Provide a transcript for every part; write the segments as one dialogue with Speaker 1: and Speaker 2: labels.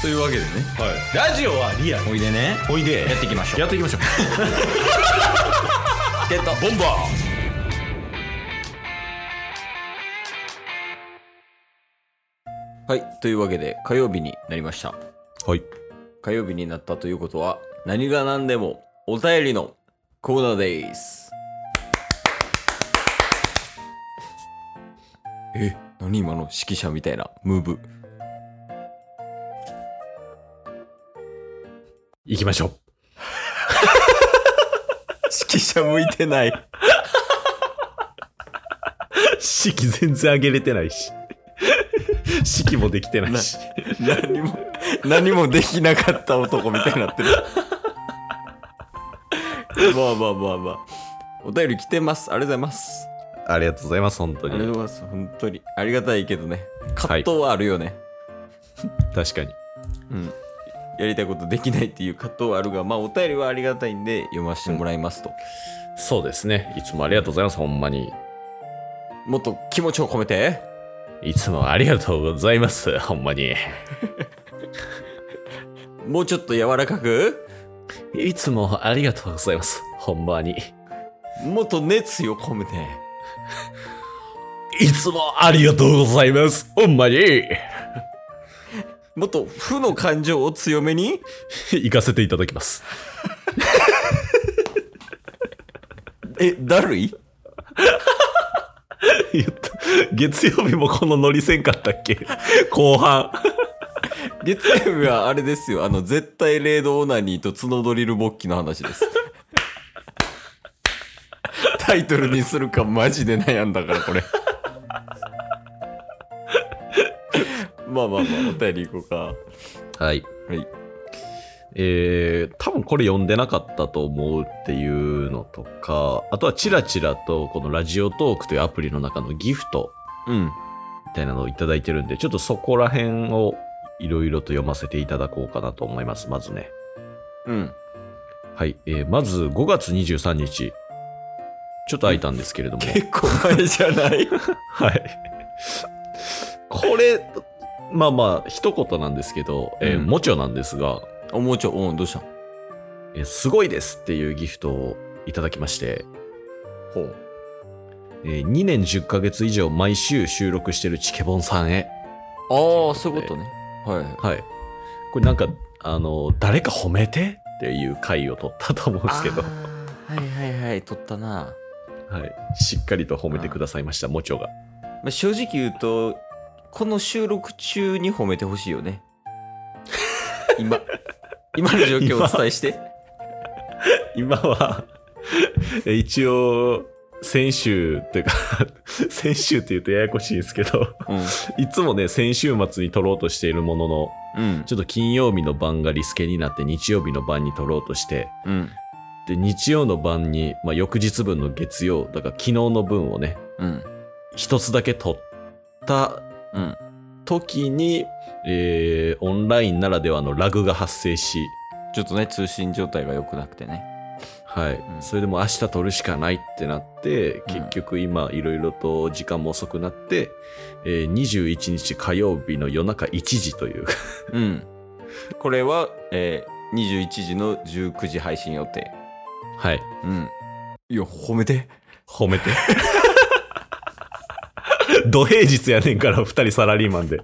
Speaker 1: というわけでね
Speaker 2: はい、ラジオはリアル
Speaker 1: おいでね
Speaker 2: おいで
Speaker 1: やっていきましょう
Speaker 2: やっていきましょう
Speaker 1: ゲット
Speaker 2: ボンバ
Speaker 1: はいというわけで火曜日になりました
Speaker 2: ーはい
Speaker 1: 火曜日になったということは何が何でもお便りのコーナーですえ何今の指揮者みたいなムーブ
Speaker 2: 行きましょう
Speaker 1: 指揮者向いてない
Speaker 2: 式全然上げれてないし式もできてないし
Speaker 1: 何も何もできなかった男みたいになってるまあまあまあまあお便り来てますありがとうございます
Speaker 2: ありがとうございます本当
Speaker 1: ありがとう
Speaker 2: に
Speaker 1: ございます本当にありがたいけどね葛藤はあるよね、
Speaker 2: 確かに
Speaker 1: うん、やりたいことできないっていう葛藤はあるが、まあ、お便りはありがたいんで読ませてもらいますと、
Speaker 2: そうですねいつもありがとうございますほんまに
Speaker 1: もっと気持ちを込めて
Speaker 2: いつもありがとうございますほんまに
Speaker 1: もうちょっと柔らかく
Speaker 2: いつもありがとうございますほんまに
Speaker 1: もっと熱意を込めて
Speaker 2: いつもありがとうございますほんまに
Speaker 1: もっと負の感情を強めに
Speaker 2: 行かせていただきます
Speaker 1: えだるい
Speaker 2: 言った月曜日もこの乗りせんかったっけ後半
Speaker 1: 月曜日はあれですよあの絶対0度オナニーと角ドリル勃起の話です タイトルにするかマジで悩んだからこれ まあまあまあお便りいこうか
Speaker 2: はい
Speaker 1: はい
Speaker 2: えー、多分これ読んでなかったと思うっていうのとかあとはチラチラとこのラジオトークというアプリの中のギフト
Speaker 1: うん
Speaker 2: みたいなのをいただいてるんでちょっとそこら辺をいろいろと読ませていただこうかなと思いますまずね
Speaker 1: うん
Speaker 2: はい、えー、まず5月23日ちょっと空いたんですけれ ども
Speaker 1: 結構前じゃない
Speaker 2: はい。これ、まあまあ、一言なんですけど、えー
Speaker 1: うん
Speaker 2: もちろんなんですが、
Speaker 1: おもうちょうんどうした
Speaker 2: えーすごいですっていうギフトをいただきまして、
Speaker 1: ほう
Speaker 2: え2年10ヶ月以上毎週収録してるチケボンさんへ。
Speaker 1: ああそういうことねはい
Speaker 2: はい。これなんか、あの、誰か褒めてっていう回を取ったと思うんですけど、は
Speaker 1: はいはいはい取ったな、
Speaker 2: い。しっかりと褒めてくださいました、もちろが。
Speaker 1: まあ、正直言うとこの収録中に褒めてほしいよね 今今の状況をお伝えして
Speaker 2: 今は え一応先週っていうか 先週って言うとややこしいですけどいつもね先週末に撮ろうとしているものの
Speaker 1: うんうん
Speaker 2: ちょっと金曜日の晩がリスケになって日曜日の晩に撮ろうとして
Speaker 1: うん
Speaker 2: で日曜の晩に、まあ、翌日分の月曜だから昨日の分をね
Speaker 1: うん
Speaker 2: 一つだけ撮った
Speaker 1: うん
Speaker 2: 時に、えーオンラインならではのラグが発生し
Speaker 1: ちょっとね通信状態が良くなくてね
Speaker 2: はい、
Speaker 1: ん
Speaker 2: それでもう明日取るしかないってなって
Speaker 1: うん
Speaker 2: 結局今いろいろと時間も遅くなって、えー21日火曜日の夜中1時という
Speaker 1: うんこれは、えー、21時の19時配信予定
Speaker 2: はい
Speaker 1: うんいや褒めて
Speaker 2: 褒めて土平日やねんから2人サラリーマンで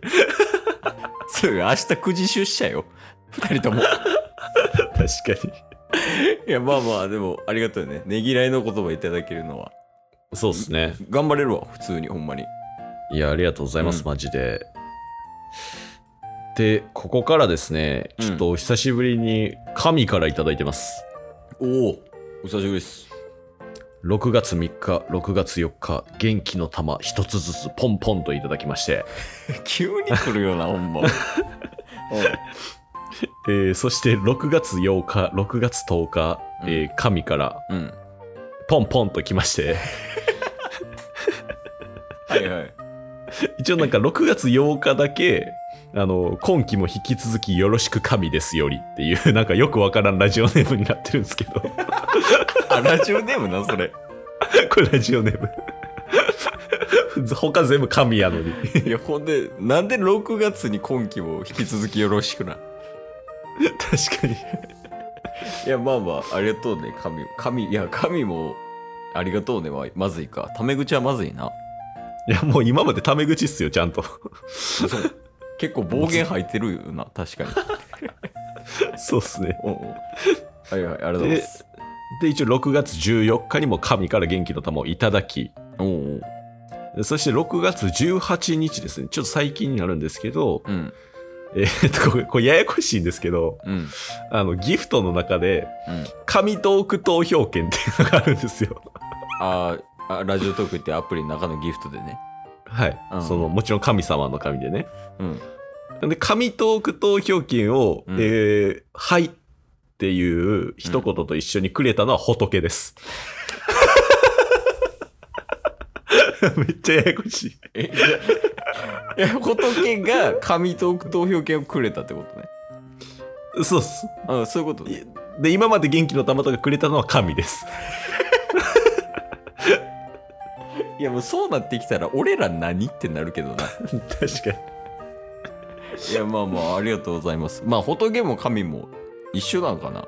Speaker 1: そうよ明日9時出社よ2人とも
Speaker 2: 確かに
Speaker 1: いやまあまあでもありがとうねねぎらいの言葉いただけるのは
Speaker 2: そうっすね
Speaker 1: 頑張れるわ普通にほんまに
Speaker 2: いやありがとうございます、
Speaker 1: うん
Speaker 2: マジででここからですねちょっとお久しぶりに神からいただいてます、
Speaker 1: おおお久しぶりです
Speaker 2: 6月3日、6月4日、元気の玉一つずつポンポンといただきまして、
Speaker 1: 急に来るよな、ほ んま。
Speaker 2: えーそして6月8日、6月10日、えー神から
Speaker 1: うん。うん。
Speaker 2: ポンポンと来まして、
Speaker 1: はいはい。
Speaker 2: 一応なんか6月8日だけ、あの、今期も引き続きよろしく神ですよりっていう、なんかよくわからんラジオネームになってるんですけど、
Speaker 1: あ、ラジオネームな、それ。
Speaker 2: これラジオネーム。他全部神やのに。
Speaker 1: いや、ほんで、なんで6月に今期も引き続きよろしくな。
Speaker 2: 確かに。
Speaker 1: いやまあまあありがとうね神神いや神もありがとうねはまずいかタメ口はまずいない
Speaker 2: や、もう今までタメ口っすよ、ちゃんと。
Speaker 1: 結構暴言吐いてるよな確かに
Speaker 2: そうっすね。
Speaker 1: うんうんはいはいありがとうございます
Speaker 2: で、一応6月14日にも神から元気の玉をいただき、
Speaker 1: おうおう
Speaker 2: そして6月18日ですね、ちょっと最近になるんですけど、
Speaker 1: うん
Speaker 2: えーっと、これ、これややこしいんですけど、
Speaker 1: うん
Speaker 2: あの、ギフトの中で、
Speaker 1: うん
Speaker 2: 神トーク投票券っていうのがあるんですよ。
Speaker 1: あーあラジオトークってアプリの中のギフトでね
Speaker 2: はい。
Speaker 1: うん
Speaker 2: その、もちろん神様の神でね。
Speaker 1: うん
Speaker 2: で、神トーク投票券を、
Speaker 1: うん
Speaker 2: えー、はいっていう一言と一緒にくれたのは仏です。 めっちゃややこしい。
Speaker 1: えじゃいや仏が神トーク投票権をくれたってことね
Speaker 2: そうっす。
Speaker 1: あそういうことね
Speaker 2: で、今まで元気の玉とかくれたのは神です。
Speaker 1: いやもうそうなってきたら俺ら何ってなるけどな
Speaker 2: 確か
Speaker 1: いやまあまあありがとうございますまあ仏も神も一緒なんかな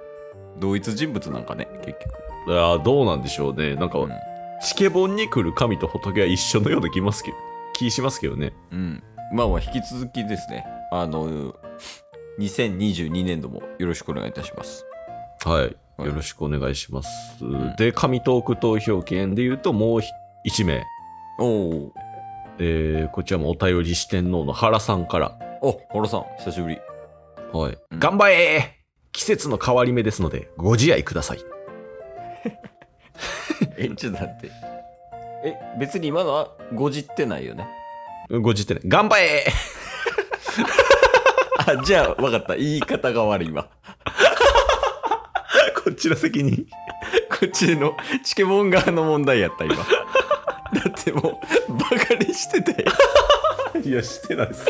Speaker 1: 同一人物なんかね結局
Speaker 2: に。ああ、どうなんでしょうね。なんか、
Speaker 1: うん
Speaker 2: チケボンに来る神と仏は一緒のような気ますけど気しますけどね。
Speaker 1: うん、まあまあ引き続きですねあの2022年度もよろしくお願いいたします
Speaker 2: はい。
Speaker 1: はい
Speaker 2: よろしくお願いします。
Speaker 1: ん
Speaker 2: で、神トーク投票券で言うと、もう1名。
Speaker 1: おお
Speaker 2: えーこちらもお便り四天王の原さんから。
Speaker 1: あ原さん久しぶり
Speaker 2: はい。
Speaker 1: うん
Speaker 2: 頑張れ季節の変わり目ですので、ご自愛ください。
Speaker 1: えちょっと待ってえ別に今のはごじってないよね
Speaker 2: ご自ってね。頑張れ
Speaker 1: あじゃあ分かった言い方が悪いわ
Speaker 2: こっちの責任。
Speaker 1: こっちのチケモン側の問題やった今だってもうバカにしてたよ
Speaker 2: いや、してないです。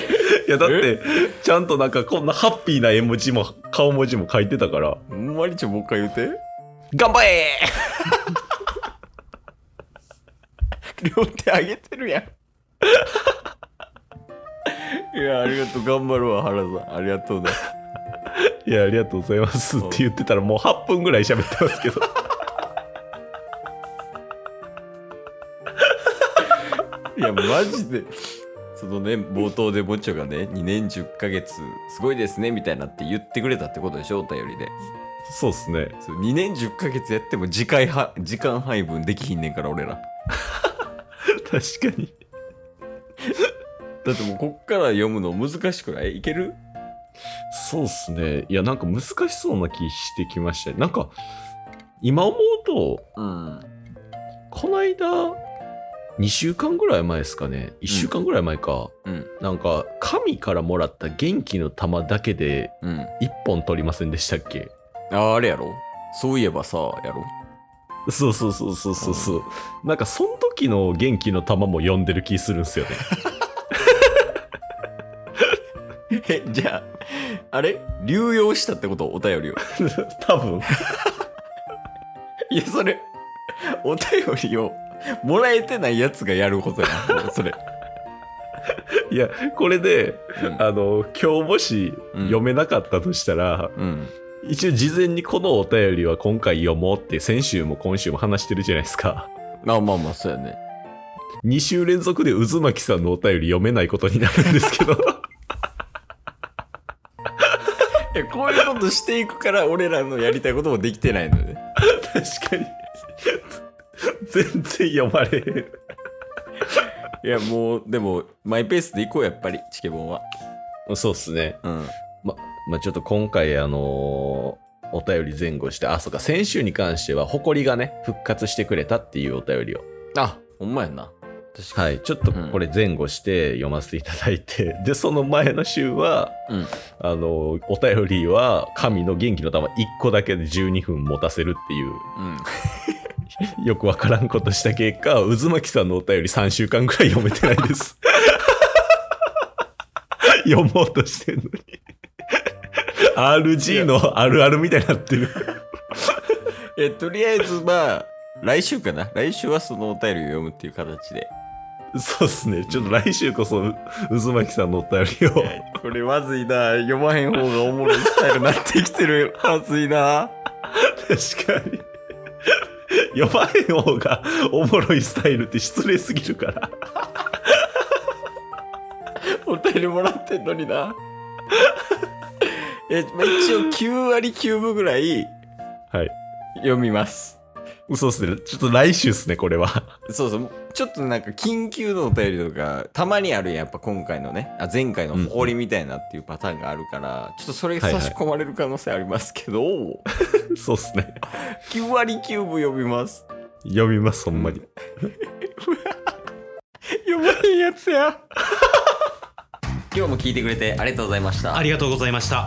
Speaker 2: いや、だって、ちゃんとなんかこんなハッピーな絵文字も、顔文字も書いてたから。
Speaker 1: マリちゃんもう一回言う
Speaker 2: 頑張れ
Speaker 1: て両手上げてるやんいやありがとう頑張るわ原さんありがとうね
Speaker 2: いや、ありがとうございますって言ってたらもう8分ぐらい喋ってますけど。
Speaker 1: いや、マジで。そのね、冒頭でボッチョがね、2年10ヶ月、すごいですね、みたいなって言ってくれたってことでしょ、お便りで。
Speaker 2: そうっすね。
Speaker 1: そう2年10ヶ月やっても次回は、時間配分できひんねんから、俺ら。
Speaker 2: 確かに。
Speaker 1: だってもう、こっから読むの難しくないいける
Speaker 2: そうっすね。いや、なんか難しそうな気してきましたね。なんか、今思うと、
Speaker 1: うん。
Speaker 2: この間、2週間ぐらい前ですかね。1週間ぐらい前か。
Speaker 1: うん。
Speaker 2: なんか、神からもらった元気の玉だけで
Speaker 1: うん。
Speaker 2: 1本取りませんでしたっけ
Speaker 1: あ、あれやろそういえばさ、やろ
Speaker 2: そうそうそうそうそうそう。なんか、その時の元気の玉も読んでる気するんすよね。
Speaker 1: え、じゃあ、あれ流用したってことお 便りを。
Speaker 2: 多分。
Speaker 1: いや、それ、お便りを、もらえてないやつがやることやな、も うそれ。
Speaker 2: いや、これで、
Speaker 1: うん
Speaker 2: あの、今日もし読めなかったとしたら、
Speaker 1: うん。
Speaker 2: 一応事前にこのお便りは今回読もうって先週も今週も話してるじゃないですか。
Speaker 1: まあまあまあ、そうやね。
Speaker 2: 2週連続で渦巻さんのお便り読めないことになるんですけど。
Speaker 1: いやこういうことしていくから俺らのやりたいこともできてないので
Speaker 2: 確かに。全然読まれへん。
Speaker 1: いやもうでもマイペースでいこうやっぱりチケボンは
Speaker 2: そうっすね。
Speaker 1: うん
Speaker 2: まあ、ちょっと今回あのーお便り前後して、あ、そうか、先週に関しては、誇りがね、復活してくれたっていうお便りを。
Speaker 1: あほんまやな確か
Speaker 2: はい、ちょっとこれ前後して読ませていただいて、で、その前の週は、
Speaker 1: に、うん、
Speaker 2: あの、お便りは神の元気の玉1個だけで12分持たせるっていう、
Speaker 1: うん、
Speaker 2: よくわからんことした結果、渦巻さんのお便り3週間くらい読めてないです。 読もうとしてんのに。RG のあるあるみたいになってる。
Speaker 1: えとりあえずまあ来週かな来週はそのお便りを読むっていう形で
Speaker 2: そうっすね。ちょっと来週こそ、う渦巻さんのお便りを。
Speaker 1: これまずいな読まへん方がおもろいスタイルになってきてるはずいな
Speaker 2: 確かに。呼ばへん方がおもろいスタイルって失礼すぎるから。
Speaker 1: お便りもらってんのになえ、まあ、一応9割9分ぐらい
Speaker 2: はい。
Speaker 1: 読みます
Speaker 2: そうっすね。ちょっと来週っすね、これは。
Speaker 1: そうそうちょっとなんか緊急のお便りとかたまにあるやんやっぱ今回のねあ前回の
Speaker 2: うん
Speaker 1: 誇りみたいなっていうパターンがあるから、ちょっとそれ
Speaker 2: はいは
Speaker 1: 差
Speaker 2: い
Speaker 1: し込まれる可能性ありますけ ど、
Speaker 2: そうっすね。
Speaker 1: 9割9分読みます
Speaker 2: 読みます、ほんまに。
Speaker 1: 読まへんやつや今日も聞いてくれてありがとうございました
Speaker 3: ありがとうございました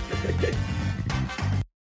Speaker 3: す